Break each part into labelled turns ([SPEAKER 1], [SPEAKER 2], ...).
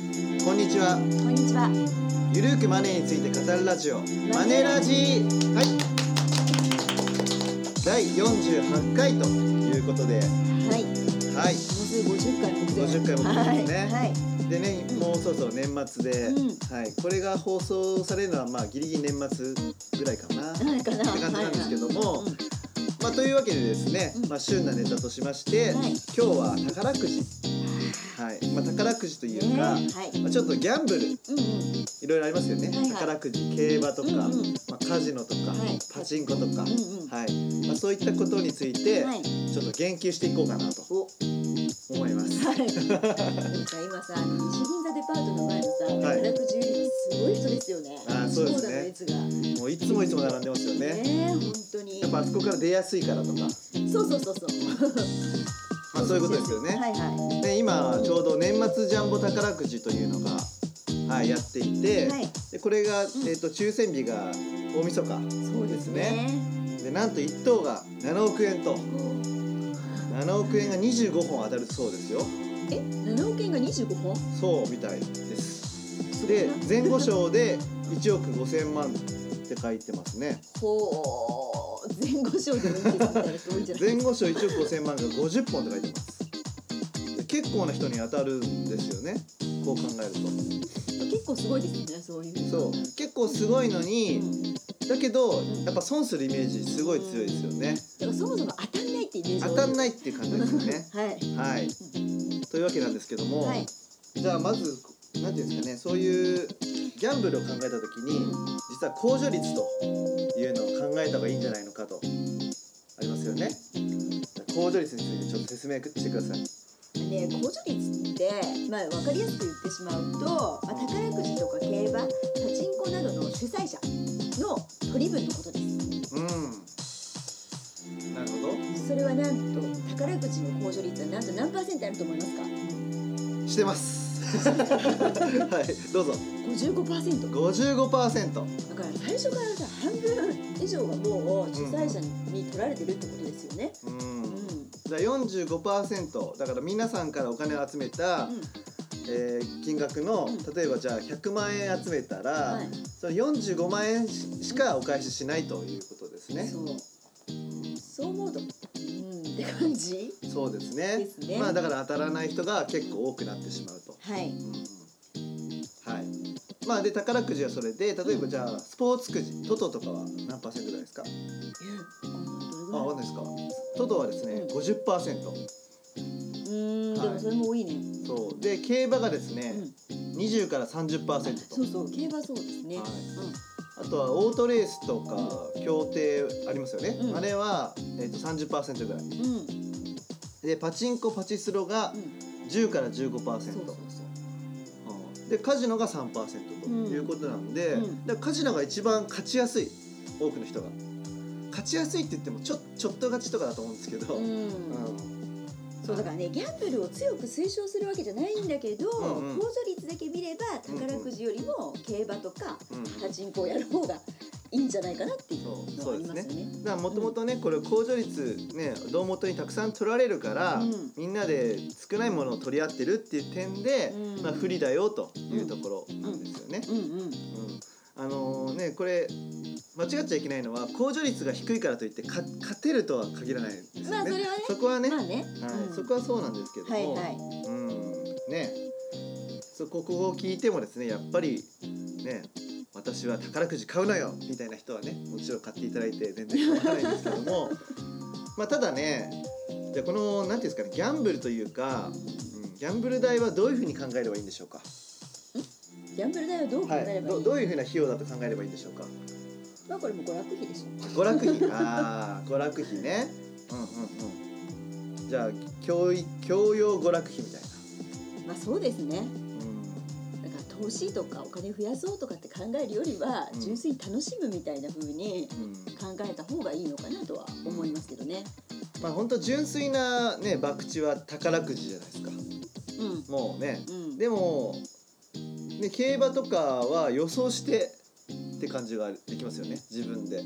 [SPEAKER 1] んにちは
[SPEAKER 2] こんにちは。
[SPEAKER 1] ゆるーくマネーについて語るラジオマネラジはい第48回ということで
[SPEAKER 2] はい。も
[SPEAKER 1] はい
[SPEAKER 2] うすぐ50回目で。
[SPEAKER 1] 50回目ですね
[SPEAKER 2] はい。はい。
[SPEAKER 1] でねもうそろそろ年末で、
[SPEAKER 2] うん
[SPEAKER 1] はい、これが放送されるのはまあギリギリ年末ぐらいかな、
[SPEAKER 2] なんかな。
[SPEAKER 1] って感じなんですけども
[SPEAKER 2] はい
[SPEAKER 1] まあ、というわけでですね、
[SPEAKER 2] うん
[SPEAKER 1] まあ、旬なネタとしまして、
[SPEAKER 2] はい
[SPEAKER 1] 今日は宝くじ、はいまあ、宝くじというか、
[SPEAKER 2] ねはい。
[SPEAKER 1] まあ、ちょっとギャンブル
[SPEAKER 2] うんうん。
[SPEAKER 1] いろいろありますよね、
[SPEAKER 2] はいはい
[SPEAKER 1] 宝くじ競馬とか、
[SPEAKER 2] うんうん
[SPEAKER 1] まあ、カジノとか、
[SPEAKER 2] はい
[SPEAKER 1] パチンコとか、
[SPEAKER 2] うんうん
[SPEAKER 1] はいまあ、そういったことについて、
[SPEAKER 2] はい。
[SPEAKER 1] ちょっと言及していこうかなと思います。
[SPEAKER 2] はい。でもさ今さ、あの西銀座デパートの前のさ、
[SPEAKER 1] はい
[SPEAKER 2] 宝くじ売りすごい人ですよね。
[SPEAKER 1] あーそうですね
[SPEAKER 2] だ列が。ね
[SPEAKER 1] もういつもいつも並んでますよね。
[SPEAKER 2] え、本当に
[SPEAKER 1] やっ。ぱあそこから出やすいからとか、ま
[SPEAKER 2] そうそうそうそう。
[SPEAKER 1] あ、そういうことですよね。
[SPEAKER 2] はいは
[SPEAKER 1] で今ちょうど年末ジャンボ宝くじというのが、はい、やっていて、
[SPEAKER 2] い。はい。
[SPEAKER 1] でこれが、え
[SPEAKER 2] ん
[SPEAKER 1] ー、と抽選日が大晦日
[SPEAKER 2] そうですね。
[SPEAKER 1] でなんと1等が7億円と7億円が25本当たるそうですよ
[SPEAKER 2] え、7億円が25本？
[SPEAKER 1] そうみたいです
[SPEAKER 2] ごい
[SPEAKER 1] で
[SPEAKER 2] な
[SPEAKER 1] 前後賞で1億5000万って書いてますね
[SPEAKER 2] ほう。前後賞でもいいですみたいな人多いんじゃない
[SPEAKER 1] 前後賞1億5000万が50本って書いてますで結構な人に当たるんですよねこう考える
[SPEAKER 2] 結構すごいですね、そういう。
[SPEAKER 1] とそう結構すごいのに、
[SPEAKER 2] うん
[SPEAKER 1] だけどやっぱ損するイメージすごい強いですよね
[SPEAKER 2] だからそもそも当たんないってイメージ
[SPEAKER 1] 当たん
[SPEAKER 2] い
[SPEAKER 1] ないっていう感じですよね
[SPEAKER 2] はい
[SPEAKER 1] はいというわけなんですけども、
[SPEAKER 2] はい
[SPEAKER 1] じゃあまずなんていうんですかねそういうギャンブルを考えた時に実は控除率というのを考えた方がいいんじゃないのかとありますよね控除率についてちょっと説明してください
[SPEAKER 2] で控除率って、まあ、分かりやすく言ってしまうと、まあ、宝くじとか競馬パチンコなどの主催者の取り分のことです
[SPEAKER 1] うんなるほ
[SPEAKER 2] それはなんと宝くじの控除率はなんと何パーセントあると思いますか
[SPEAKER 1] どしてます はいどうぞ
[SPEAKER 2] 55%?
[SPEAKER 1] 55%
[SPEAKER 2] だから最初からさ半分以上がもう主催者に取られてるってことですよね
[SPEAKER 1] うん
[SPEAKER 2] うん、うん
[SPEAKER 1] じゃあ45%だから皆さんからお金を集めた、えー金額の
[SPEAKER 2] うん
[SPEAKER 1] 例えばじゃあ100万円集めたら、
[SPEAKER 2] はい
[SPEAKER 1] その45万円ししかお返ししないということですね。
[SPEAKER 2] そうそう思うとうんって感じ
[SPEAKER 1] そうですね
[SPEAKER 2] ですね
[SPEAKER 1] まあだから当たらない人が結構多くなってしまうと。
[SPEAKER 2] はい
[SPEAKER 1] うんはい。まあで宝くじはそれで例えばじゃあスポーツくじトトとかは何パーセントぐらいですか？あ、わかん
[SPEAKER 2] う
[SPEAKER 1] ないですか。トトはですね
[SPEAKER 2] うん
[SPEAKER 1] 50%。
[SPEAKER 2] ん、
[SPEAKER 1] はい
[SPEAKER 2] でもそれも多いね。
[SPEAKER 1] そうで競馬がです
[SPEAKER 2] う
[SPEAKER 1] ね、
[SPEAKER 2] ん、
[SPEAKER 1] 20から30%と。
[SPEAKER 2] そうそう、競馬そうですね。
[SPEAKER 1] はい
[SPEAKER 2] うん
[SPEAKER 1] あとはオートレースとか競艇ありますよね、
[SPEAKER 2] うん
[SPEAKER 1] あれは、えー、と30%ぐらい
[SPEAKER 2] うん、
[SPEAKER 1] でパチンコパチスロが
[SPEAKER 2] うん、
[SPEAKER 1] 10から15%、
[SPEAKER 2] そうそうそう。
[SPEAKER 1] でカジノが3%と
[SPEAKER 2] うん
[SPEAKER 1] いうことなんで、
[SPEAKER 2] うん
[SPEAKER 1] だからカジノが一番勝ちやすい多くの人が勝ちやすいって言ってもちょちょっと勝ちとかだと思うんですけど、
[SPEAKER 2] う
[SPEAKER 1] うん
[SPEAKER 2] ん、そうだからねギャンブルを強く推奨するわけじゃないんだけど、
[SPEAKER 1] うんうん
[SPEAKER 2] 控除率だけ見れば宝くじよりも競馬とか
[SPEAKER 1] うん
[SPEAKER 2] パチンコをやる方がいいんじゃないかなっていう
[SPEAKER 1] そう
[SPEAKER 2] の
[SPEAKER 1] そ
[SPEAKER 2] はあ
[SPEAKER 1] うで
[SPEAKER 2] り
[SPEAKER 1] す
[SPEAKER 2] ま
[SPEAKER 1] ね
[SPEAKER 2] すよね。
[SPEAKER 1] だからもともとねこれ控除率ね胴元にたくさん取られるから、
[SPEAKER 2] うん
[SPEAKER 1] みんなで少ないものを取り合ってるっていう点で、
[SPEAKER 2] うん
[SPEAKER 1] まあ、不利だよというところなんですよね。
[SPEAKER 2] うんうん、
[SPEAKER 1] うんあのねこれ間違っちゃいけないのは控除率が低いからといってか勝てるとは限らないですよね。
[SPEAKER 2] まあそれはね
[SPEAKER 1] こはね、
[SPEAKER 2] まあね、
[SPEAKER 1] はい
[SPEAKER 2] うん
[SPEAKER 1] そこはそうなんですけど
[SPEAKER 2] はい
[SPEAKER 1] も、
[SPEAKER 2] はい。
[SPEAKER 1] うんねそうここを聞いてもですねやっぱりね私は宝くじ買うのよみたいな人はねもちろん買っていただいて全然構わないんですけども まあただねじゃあこのなんていうんですかねギャンブルというか、うんギャンブル代はどういうふうに考えればいいんでしょうか、
[SPEAKER 2] ギャンブル代はどう考
[SPEAKER 1] は
[SPEAKER 2] えれ
[SPEAKER 1] い、
[SPEAKER 2] ばいい、
[SPEAKER 1] どどういうふうな費用だと考えればいいんでしょうか
[SPEAKER 2] まあこれも娯楽費でしょ。
[SPEAKER 1] 娯楽費ああ娯楽費ねうんうんうんじゃあ教育教養娯楽費みたいな
[SPEAKER 2] まあそうですね。
[SPEAKER 1] う
[SPEAKER 2] だから投資とかお金増やそうとかって考えるよりは
[SPEAKER 1] うん
[SPEAKER 2] 純粋に楽しむみたいな風
[SPEAKER 1] ん
[SPEAKER 2] に
[SPEAKER 1] うん
[SPEAKER 2] 考えた方がいいのかなとは思いますけどね。
[SPEAKER 1] まあ本当純粋なね博打は宝くじじゃないですか
[SPEAKER 2] うん
[SPEAKER 1] もうね
[SPEAKER 2] うん。
[SPEAKER 1] でもね競馬とかは予想してって感じができますよね自分で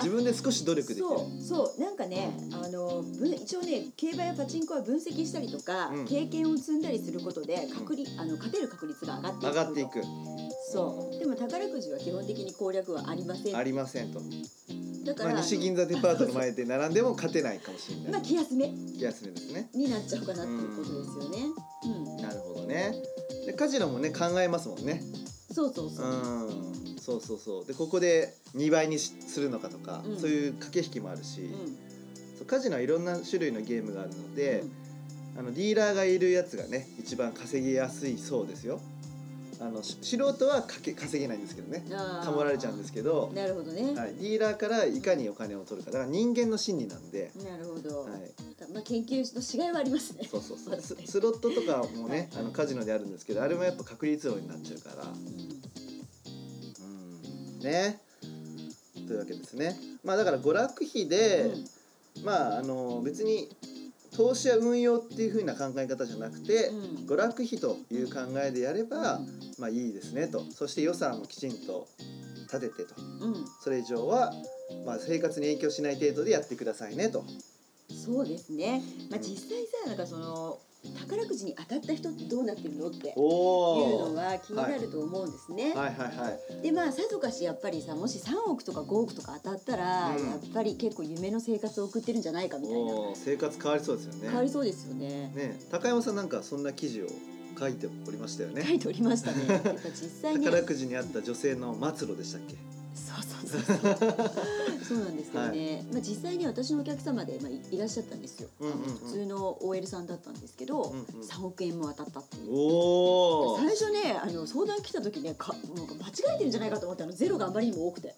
[SPEAKER 1] 自分で少し努力できる
[SPEAKER 2] そうそうなんかねあの分一応ね競馬やパチンコは分析したりとか、
[SPEAKER 1] うん
[SPEAKER 2] 経験を積んだりすることで確率、あの勝てる確率が上がってい
[SPEAKER 1] 上
[SPEAKER 2] く
[SPEAKER 1] がっていく
[SPEAKER 2] そうでも宝くじは基本的に攻略はありません
[SPEAKER 1] ありませんと、
[SPEAKER 2] だから、
[SPEAKER 1] まあ、西銀座デパートの前で並んでも勝てないかもしれ
[SPEAKER 2] ま
[SPEAKER 1] な
[SPEAKER 2] あ
[SPEAKER 1] い
[SPEAKER 2] 気休め
[SPEAKER 1] 気休めですね
[SPEAKER 2] になっちゃうかなっていうことですよねうん、
[SPEAKER 1] なるほどねでカジノもね考えますもんね
[SPEAKER 2] そうそう
[SPEAKER 1] う
[SPEAKER 2] そう、
[SPEAKER 1] んそうそうそうでここで2倍にしするのかとか、
[SPEAKER 2] うん
[SPEAKER 1] そういう駆け引きもあるし、
[SPEAKER 2] うん
[SPEAKER 1] そうカジノはいろんな種類のゲームがあるので、
[SPEAKER 2] うん
[SPEAKER 1] あのディーラーがいるやつがね一番稼ぎやすいそうですよあのし素人はかけ稼げないんですけどね
[SPEAKER 2] あー
[SPEAKER 1] かもられちゃうんですけど、
[SPEAKER 2] なるほどね、
[SPEAKER 1] はい、ディーラーからいかにお金を取るかだから人間の心理なんで、
[SPEAKER 2] なるほど、
[SPEAKER 1] はい、
[SPEAKER 2] まあ研究のしがいはありますね
[SPEAKER 1] そうそうそう
[SPEAKER 2] そう
[SPEAKER 1] ス
[SPEAKER 2] ですね
[SPEAKER 1] スロットとかもねあのカジノであるんですけどあれもやっぱ確率論になっちゃうからうんねというわけですねまあだから娯楽費で、
[SPEAKER 2] うん
[SPEAKER 1] まああの別に投資や運用っていう風な考え方じゃなくて、
[SPEAKER 2] うん
[SPEAKER 1] 娯楽費という考えでやれば、
[SPEAKER 2] うん
[SPEAKER 1] まあいいですねとそして予算もきちんと立ててと
[SPEAKER 2] うん
[SPEAKER 1] それ以上は、まあ、生活に影響しない程度でやってくださいねと
[SPEAKER 2] そうですね、まあ、実際さなんかその宝くじに当たった人ってどうなってるのっていう
[SPEAKER 1] お
[SPEAKER 2] の
[SPEAKER 1] は
[SPEAKER 2] は気になると思うんですね、
[SPEAKER 1] いはいはい
[SPEAKER 2] でまあさぞかしやっぱりさもし3億とか5億とか当たったら、
[SPEAKER 1] うん
[SPEAKER 2] やっぱり結構夢の生活を送ってるんじゃないかみたいな
[SPEAKER 1] おー生活変わりそうですよね
[SPEAKER 2] 変わりそうですよね
[SPEAKER 1] ね高山さんなんかそんな記事を書いておりましたよ
[SPEAKER 2] 書
[SPEAKER 1] ね
[SPEAKER 2] いておりましたねやっぱ実際ね
[SPEAKER 1] 宝くじにあった女性の末路でしたっけ
[SPEAKER 2] そうそうそうそうそうなんですけどね、まあ、実際に私のお客様で、まあ、いいらっしゃったんですよ、
[SPEAKER 1] うんうんうん
[SPEAKER 2] 普通の OL さんだったんですけど、
[SPEAKER 1] んうん
[SPEAKER 2] 3億円も当たったっていう
[SPEAKER 1] おお
[SPEAKER 2] 最初ねあの相談来た時ねかなんか間違えてるんじゃないかと思ってあのゼロがあまりにも 多くて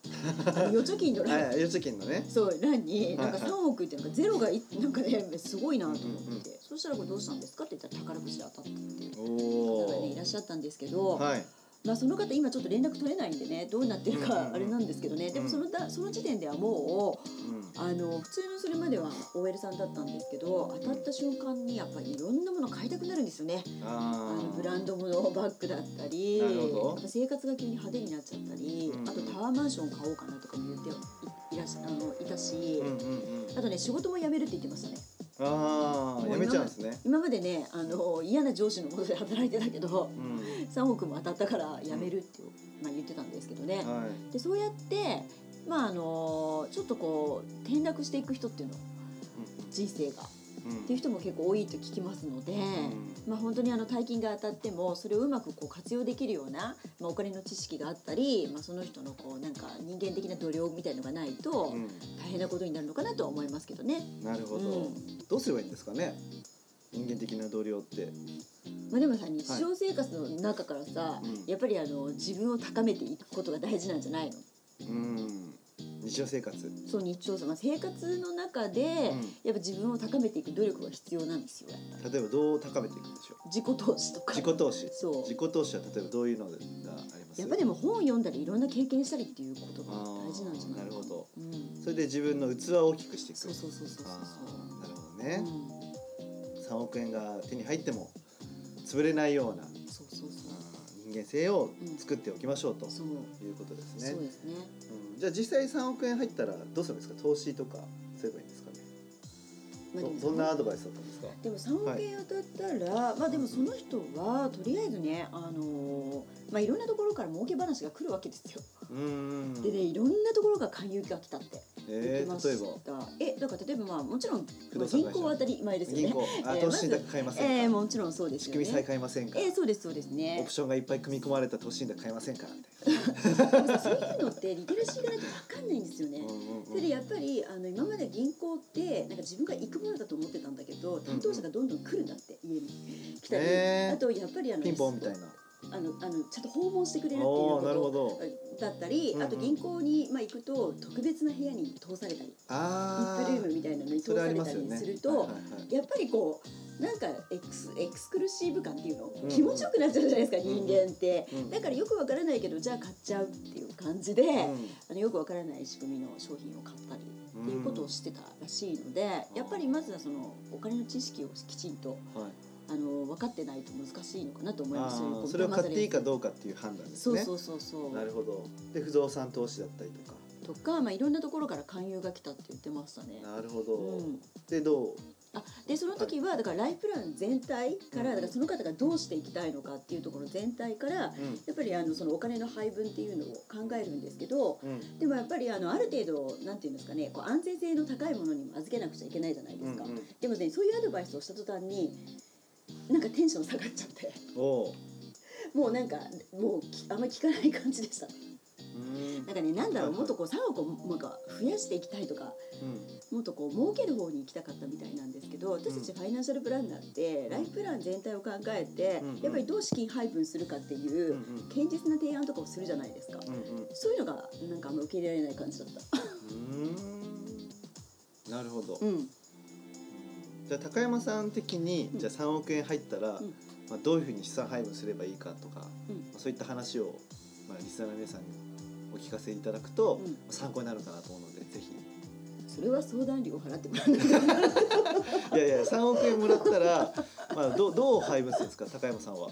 [SPEAKER 2] あの預貯金の欄
[SPEAKER 1] はい預貯金のね
[SPEAKER 2] そう欄になん
[SPEAKER 1] は
[SPEAKER 2] か
[SPEAKER 1] いはい
[SPEAKER 2] 3億ってなんかゼロがいなんかねすごいなと思って、
[SPEAKER 1] うんうんうん
[SPEAKER 2] そしたらこれどうしたんですかって言ったら宝くじで当たったっていう
[SPEAKER 1] お
[SPEAKER 2] 方がねい
[SPEAKER 1] お
[SPEAKER 2] らっしゃったんですけど、
[SPEAKER 1] はい
[SPEAKER 2] まあ、その方今ちょっと連絡取れないんでねどうなってる
[SPEAKER 1] うんうん
[SPEAKER 2] か
[SPEAKER 1] うん
[SPEAKER 2] あれなんですけどね、でもそのだその時点ではも
[SPEAKER 1] うん
[SPEAKER 2] うあの普通のそれまでは OL さんだったんですけど当たった瞬間にやっぱりいろんなもの買いたくなるんですよね。あ
[SPEAKER 1] あ
[SPEAKER 2] の
[SPEAKER 1] ー
[SPEAKER 2] ブランド物バッグだったり
[SPEAKER 1] なるほど
[SPEAKER 2] やっぱ生活が急に派手になっちゃったり、
[SPEAKER 1] うんうん
[SPEAKER 2] あとタワーマンション買おうかなとかも言っていいらっしゃあのいたし、
[SPEAKER 1] うんうんうん
[SPEAKER 2] あとね仕事も辞めるって言ってましたね
[SPEAKER 1] ああやめちゃうんですね
[SPEAKER 2] 今までねあの嫌な上司のもとで働いてたけど
[SPEAKER 1] うん
[SPEAKER 2] 3億も当たったから辞めるって、まあ、言ってたんですけどね、
[SPEAKER 1] はい
[SPEAKER 2] でそうやってまああのちょっとこう転落していく人っていうの人生が
[SPEAKER 1] うんうん
[SPEAKER 2] っていう人も結構多いと聞きますので。
[SPEAKER 1] うん
[SPEAKER 2] まあ、本当にあの大金が当たってもそれをうまくこう活用できるような、まあ、お金の知識があったり、まあ、その人のこうなんか人間的な度量みたいのがないと
[SPEAKER 1] う
[SPEAKER 2] 大変なことになるのかなとは思いますけどね、
[SPEAKER 1] ん、なるほど、
[SPEAKER 2] うん
[SPEAKER 1] どうすればいいんですかね人間的な同僚って
[SPEAKER 2] まあ、でもさ日常生活の中からさ、
[SPEAKER 1] うん
[SPEAKER 2] やっぱりあの自分を高めていくことが大事なんじゃないの
[SPEAKER 1] うん日常生活、う
[SPEAKER 2] そう日常、まあ、生活の中で、
[SPEAKER 1] ん
[SPEAKER 2] やっぱ自分を高めていく努力が必要なんですよやっぱり
[SPEAKER 1] 例えばどう高めていくんでしょ
[SPEAKER 2] 自己投資と
[SPEAKER 1] う
[SPEAKER 2] か
[SPEAKER 1] 自己投資
[SPEAKER 2] そう
[SPEAKER 1] 自己投資は例えばどういうのがあります
[SPEAKER 2] やっぱでも本を読んだりいろんな経験したりっていうことが大事なんじゃな
[SPEAKER 1] あー
[SPEAKER 2] い
[SPEAKER 1] なるほど、
[SPEAKER 2] うん
[SPEAKER 1] それで自分の器を大きくしていく
[SPEAKER 2] そうそうそうそうそう
[SPEAKER 1] あーなるほど
[SPEAKER 2] そう。う
[SPEAKER 1] ね、
[SPEAKER 2] ん、
[SPEAKER 1] 3億円が手に入っても潰れないようなあ
[SPEAKER 2] そうそうそ
[SPEAKER 1] ー人間性を作っておきましょうと
[SPEAKER 2] う。そう、
[SPEAKER 1] いうことですね、
[SPEAKER 2] そうですね。
[SPEAKER 1] うんじゃあ実際3億円入ったらどうするんですか投資とかすればいいんですかね
[SPEAKER 2] まあ、
[SPEAKER 1] ど
[SPEAKER 2] でも
[SPEAKER 1] どんなアドバイスだったんですか
[SPEAKER 2] でも三億円当たったら、まあでもその人はとりあえずね、あのーまあいろんなところから儲け話が来るわけですよ。
[SPEAKER 1] うん
[SPEAKER 2] でね、いろんなところが勧誘が来たって言っ
[SPEAKER 1] え
[SPEAKER 2] てま
[SPEAKER 1] ー、
[SPEAKER 2] した。
[SPEAKER 1] 例えば
[SPEAKER 2] えだから例えばまあもちろん
[SPEAKER 1] 不
[SPEAKER 2] まあ
[SPEAKER 1] 動産
[SPEAKER 2] 銀
[SPEAKER 1] 会社
[SPEAKER 2] 行は当たり前ですよ
[SPEAKER 1] 銀
[SPEAKER 2] ね。
[SPEAKER 1] 行あ
[SPEAKER 2] えー
[SPEAKER 1] 投資信託買えませんか、
[SPEAKER 2] えー、もちろんそうです
[SPEAKER 1] 仕
[SPEAKER 2] よ
[SPEAKER 1] 組み債
[SPEAKER 2] ね。
[SPEAKER 1] 買えませんか、
[SPEAKER 2] えー、そうですそうです
[SPEAKER 1] オ
[SPEAKER 2] ね
[SPEAKER 1] プ。ションがいっぱい組み込まれた投資信託買えませんかみたいな、
[SPEAKER 2] でもさそういうのってリテラシーがないと分かんないんですよね。
[SPEAKER 1] うんうんうん
[SPEAKER 2] それでやっぱりあの今まで銀行ってなんか自分が行くものだと思ってたんだけど担当者がどんどん来るんだって家に来たり、
[SPEAKER 1] へー
[SPEAKER 2] あとやっぱりあの
[SPEAKER 1] ピンポンみたいな
[SPEAKER 2] あのあのちゃんと訪問してくれるってい
[SPEAKER 1] お
[SPEAKER 2] うこ
[SPEAKER 1] おーなるほ
[SPEAKER 2] と
[SPEAKER 1] ど
[SPEAKER 2] だったり、
[SPEAKER 1] うんうん
[SPEAKER 2] あと銀行に、まあ、行くと特別な部屋に通されたりリ
[SPEAKER 1] あ
[SPEAKER 2] ップルーム
[SPEAKER 1] ー
[SPEAKER 2] みたいなのに
[SPEAKER 1] そ
[SPEAKER 2] 通
[SPEAKER 1] れ
[SPEAKER 2] さ
[SPEAKER 1] あ
[SPEAKER 2] れ
[SPEAKER 1] りま
[SPEAKER 2] た
[SPEAKER 1] すよ
[SPEAKER 2] り
[SPEAKER 1] ね
[SPEAKER 2] する
[SPEAKER 1] はい
[SPEAKER 2] と
[SPEAKER 1] はいはい
[SPEAKER 2] やっぱりこうなんかエクスエクスクルシブ感っていうの、
[SPEAKER 1] んうん
[SPEAKER 2] 気持ちよくなっちゃうじゃないですか人間って、
[SPEAKER 1] うん
[SPEAKER 2] だからよくわからないけどじゃあ買っちゃうっていう感じで。
[SPEAKER 1] うん
[SPEAKER 2] あのよくわからない仕組みの商品を買ったりっていうことをしてたらしいので、やっぱりまずはそのお金の知識をきちんと
[SPEAKER 1] はい
[SPEAKER 2] あの分かってないと難しいのかなと思います
[SPEAKER 1] あ
[SPEAKER 2] よ
[SPEAKER 1] ーそれを買っていいか
[SPEAKER 2] う
[SPEAKER 1] どうかっていう判断です
[SPEAKER 2] そう
[SPEAKER 1] ね
[SPEAKER 2] そうそうそう
[SPEAKER 1] なるほどで不動産投資だったりとか
[SPEAKER 2] ととか、まあ、いろんなところから勧誘が来たって言ってましたね。
[SPEAKER 1] なるほど、
[SPEAKER 2] うん、
[SPEAKER 1] でどう
[SPEAKER 2] あでその時はだからライフプラン全体からだからその方がどうしていきたいのかっていうところ全体からや
[SPEAKER 1] うん
[SPEAKER 2] っぱりあのそのお金の配分っていうのを考えるんですけど
[SPEAKER 1] うん
[SPEAKER 2] でもやっぱりあのある程度なんていうんですかねこう安全性の高いものにも預けなくちゃいけないじゃないですか、
[SPEAKER 1] うんうん、
[SPEAKER 2] でもねそういうアドバイスをした途端になんかテンション下がっちゃって
[SPEAKER 1] おう
[SPEAKER 2] もうなんかもうきあんまり聞かない感じでした
[SPEAKER 1] うん
[SPEAKER 2] なんかねなんだろ
[SPEAKER 1] はいは
[SPEAKER 2] う
[SPEAKER 1] い
[SPEAKER 2] もっとこう3億をなんか増やしていきたいとか
[SPEAKER 1] うん
[SPEAKER 2] もっとこう儲ける方に行きたかったみたいなんですけど私たちファイナンシャルプランナーってライフプラン全体を考えて
[SPEAKER 1] うんうん
[SPEAKER 2] やっぱりどう資金配分するかっていううん堅実な提案とかをするじゃないですか
[SPEAKER 1] うんうん
[SPEAKER 2] そういうのがなんかあんま受け入れられない感じだった
[SPEAKER 1] うんなるほど、
[SPEAKER 2] うん
[SPEAKER 1] じゃあ高山さん的に、
[SPEAKER 2] うん
[SPEAKER 1] じゃあ3億円入ったら、
[SPEAKER 2] うん
[SPEAKER 1] まあ、どういうふうに資産配分すればいいかとか、
[SPEAKER 2] うん
[SPEAKER 1] まあ、そういった話を、まあ、リスナーの皆さんにお聞かせいただくと、
[SPEAKER 2] うん
[SPEAKER 1] 参考になるかなと思うのでぜひ
[SPEAKER 2] それは相談料を払ってもらうい
[SPEAKER 1] いやいや3億円もらったら、まあ、どうどう配分するんですか高山さんは。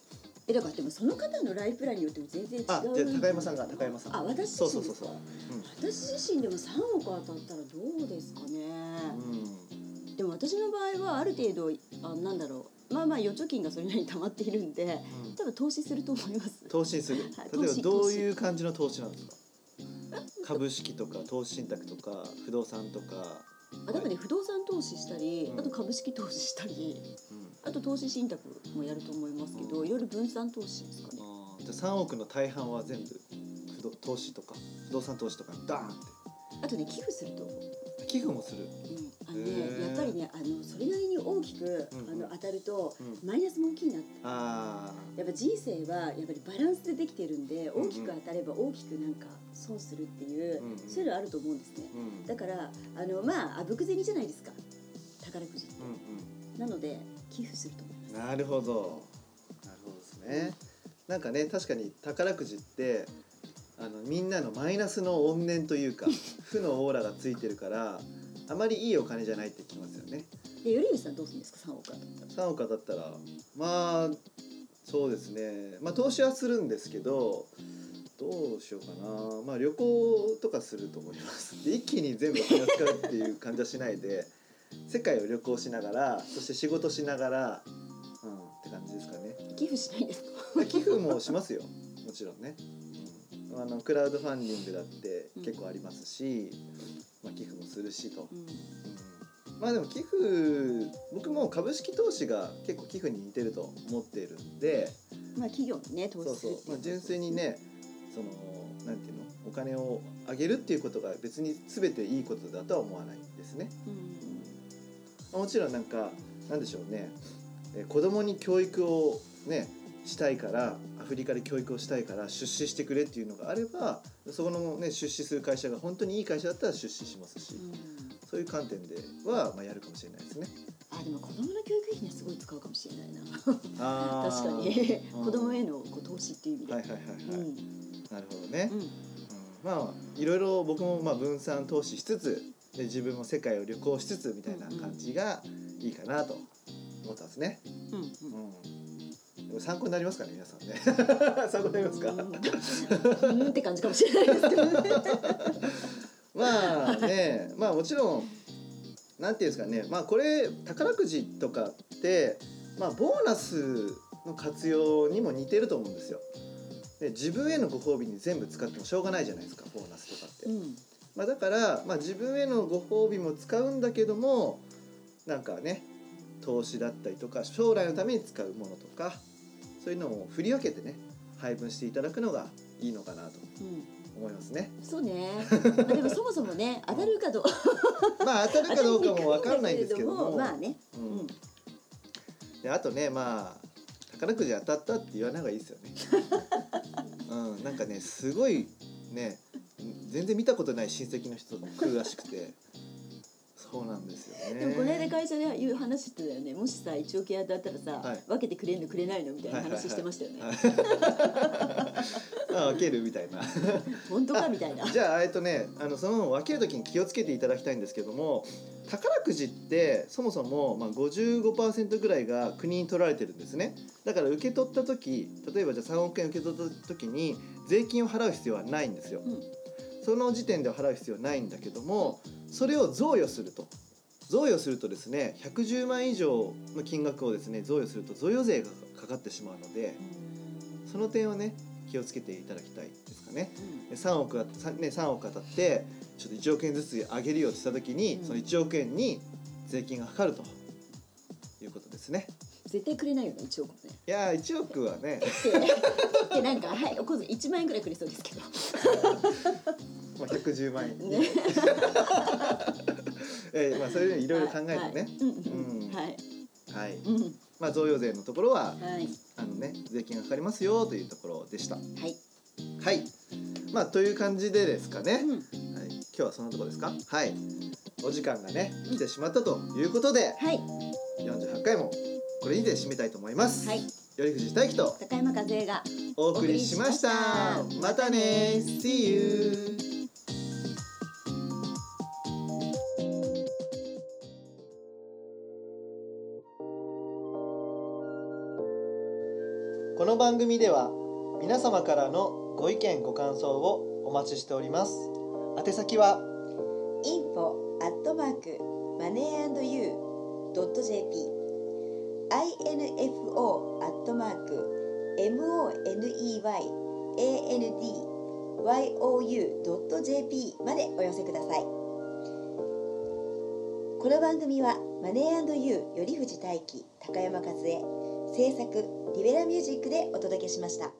[SPEAKER 2] えだからでもその方のライフプランによっても全然違う
[SPEAKER 1] あじゃあ高山さんが高山さん
[SPEAKER 2] あ私自
[SPEAKER 1] そう
[SPEAKER 2] 身
[SPEAKER 1] そうそ
[SPEAKER 2] で
[SPEAKER 1] う
[SPEAKER 2] す
[SPEAKER 1] そ
[SPEAKER 2] か
[SPEAKER 1] う。
[SPEAKER 2] 私自身でも3億当たったらどうですかね、
[SPEAKER 1] うん
[SPEAKER 2] でも私の場合はある程度あなんだろうまあまあ預貯金がそれなりに溜まっているんで
[SPEAKER 1] うん
[SPEAKER 2] 多分投資すると思います
[SPEAKER 1] 投資にする
[SPEAKER 2] はい
[SPEAKER 1] 例えば
[SPEAKER 2] 投資
[SPEAKER 1] どういう感じの投資なんですか株式とか投資信託とか不動産とか、
[SPEAKER 2] あ多分ね不動産投資したり
[SPEAKER 1] うん
[SPEAKER 2] あと株式投資したり
[SPEAKER 1] うん
[SPEAKER 2] あと投資信託もやると思いますけど
[SPEAKER 1] うん
[SPEAKER 2] いろいろ分散投資ですかね
[SPEAKER 1] あーじゃあ3億の大半は全部不動投資とか不動産投資とかにダーンっ
[SPEAKER 2] あとね寄付すると思う、
[SPEAKER 1] て寄付もする、
[SPEAKER 2] うんあの
[SPEAKER 1] へー
[SPEAKER 2] ねやっぱりねあのそれなりに大きく
[SPEAKER 1] うん
[SPEAKER 2] あの当たると
[SPEAKER 1] うん、
[SPEAKER 2] マイナスも大きいなって
[SPEAKER 1] あ
[SPEAKER 2] やっぱ人生はやっぱりバランスでできてるんで
[SPEAKER 1] うんうん
[SPEAKER 2] 大きく当たれば大きくなんか損するってい
[SPEAKER 1] ー
[SPEAKER 2] う、
[SPEAKER 1] うん
[SPEAKER 2] そういうのあると思うんですね
[SPEAKER 1] うんうん
[SPEAKER 2] だからあのまああぶく銭じゃないですか宝くじって、なので寄付すると思い
[SPEAKER 1] うん
[SPEAKER 2] ま
[SPEAKER 1] なるほどなるほどですねなんかね確かに宝くじってあのみんなのマイナスの怨念というか負のオーラがついてるからあまりいいお金じゃないって聞きますよね
[SPEAKER 2] すで頼吉さんどうするんですか3億
[SPEAKER 1] 3
[SPEAKER 2] 当たったら
[SPEAKER 1] 億だったらまあそうですねまあ投資はするんですけどどうしようかなまあ旅行とかすると思いますで一気に全部金使うっていう感じはしないで世界を旅行しながらそして仕事しながらうんって感じですかね
[SPEAKER 2] 寄付しないんですか
[SPEAKER 1] まあ寄付もしますよもちろんね、うん、あのクラウドファンディングだって結構ありますし、まあ、寄付もするしと
[SPEAKER 2] うん
[SPEAKER 1] まあでも寄付僕も株式投資が結構寄付に似てると思っているんで
[SPEAKER 2] まあ企業にね投
[SPEAKER 1] そう
[SPEAKER 2] 資す
[SPEAKER 1] そ
[SPEAKER 2] る
[SPEAKER 1] う
[SPEAKER 2] って、い
[SPEAKER 1] まあ、
[SPEAKER 2] う
[SPEAKER 1] 純粋にねそのなんていうのお金をあげるっていうことが別に全ていいことだとは思わないですね。
[SPEAKER 2] うん
[SPEAKER 1] まあもちろんなんかなんでしょうねえー子供に教育をねしたいからアフリカで教育をしたいから出資してくれっていうのがあればそこの、ね、出資する会社が本当にいい会社だったら出資しますし
[SPEAKER 2] うん
[SPEAKER 1] そういう観点では、まあ、やるかもしれないですね。
[SPEAKER 2] あでも子供の教育費にはすごい使うかもしれないな
[SPEAKER 1] あ
[SPEAKER 2] 確か
[SPEAKER 1] ー
[SPEAKER 2] に
[SPEAKER 1] うん
[SPEAKER 2] 子供へのこう投資っていう意味で、
[SPEAKER 1] はいはいはいはい、
[SPEAKER 2] うん
[SPEAKER 1] なるほどね、
[SPEAKER 2] うん
[SPEAKER 1] うんまあいろいろ僕もまあ分散投資しつつで自分も世界を旅行しつつみたいな感じがいいかなと思ったんですね、
[SPEAKER 2] うんう
[SPEAKER 1] うんん、でも参考になりますかね皆さんね 参考になりますか
[SPEAKER 2] うんうんって感じかもしれないですけどね。
[SPEAKER 1] まあねまあもちろんなんていうんですかねまあこれ宝くじとかってまあボーナスの活用にも似てると思うんですよで自分へのご褒美に全部使ってもしょうがないじゃないですかボーナスとかって、
[SPEAKER 2] うん
[SPEAKER 1] まあ、だから、まあ、自分へのご褒美も使うんだけどもなんかね投資だったりとか将来のために使うものとかそういうのを振り分けてね配分していただくのがいいのかなと
[SPEAKER 2] うん
[SPEAKER 1] 思いますね。
[SPEAKER 2] そうね。まあでもそもそもね当たるかどうか
[SPEAKER 1] まあ当たるかどうかもわかんないんですけども、
[SPEAKER 2] まあね。
[SPEAKER 1] う
[SPEAKER 2] うんん。
[SPEAKER 1] であとねまあ宝くじ当たったって言わない方がいいですよね。うん、なんかねすごいね全然見たことない親戚の人とかも来るらしくてそうなんですよね。
[SPEAKER 2] でもこの間会社で言う話してたよね。もしさ一億円当たったらさ、
[SPEAKER 1] はい
[SPEAKER 2] 分けてくれんのくれないのみたいな話してましたよね。
[SPEAKER 1] あ分けるみたいな
[SPEAKER 2] 本当かみたいな。
[SPEAKER 1] じゃあえっとねあのその分ける時に気をつけていただきたいんですけども宝くじってそもそも、まあ、55%ぐらいが国に取られてるんですねだから受け取った時例えばじゃあ3億円受け取った時に税金を払う必要はないんですよ
[SPEAKER 2] うん
[SPEAKER 1] その時点では払う必要ないんだけどもそれを贈与すると贈与するとですね110万以上の金額をですね贈与すると贈与税がかかってしまうのでその点はね気をつけていただきたいですかね。で3億あさね、3億当たってちょっと1億円ずつ上げるよってした時に、
[SPEAKER 2] うん
[SPEAKER 1] その1億円に税金がかかるということですね。
[SPEAKER 2] 絶対くれないよね1億もね
[SPEAKER 1] いやー1億はね、
[SPEAKER 2] ででなんかはいお小遣い1万円くらいくれそうですけど
[SPEAKER 1] まあ、110万円に、
[SPEAKER 2] ね
[SPEAKER 1] えーまあ、そういうふうにい
[SPEAKER 2] い
[SPEAKER 1] ろいろ考えてね、
[SPEAKER 2] はいうんうん
[SPEAKER 1] うん
[SPEAKER 2] はい
[SPEAKER 1] はい
[SPEAKER 2] うん
[SPEAKER 1] まあ、贈与税のところは
[SPEAKER 2] はい
[SPEAKER 1] あの、ね、税金がかかりますよというところでした。
[SPEAKER 2] はい
[SPEAKER 1] はい、まあ、という感じでですかね、
[SPEAKER 2] うん
[SPEAKER 1] はい、今日はそのとこですかはいお時間がね来てしまったということで
[SPEAKER 2] はい
[SPEAKER 1] 48回もこれにて締めたいと思います。
[SPEAKER 2] はい
[SPEAKER 1] よりふじ大輝と
[SPEAKER 2] 高山和恵が
[SPEAKER 1] お送りしました。またね See you!この番組では皆様からのご意見ご感想をお待ちしております。宛先は
[SPEAKER 2] info at mark moneyandyou.jp info at mark moneyandyou.jp までお寄せくださいこの番組はマネーユー頼藤大輝高山和恵制作リベラミュージックでお届けしました。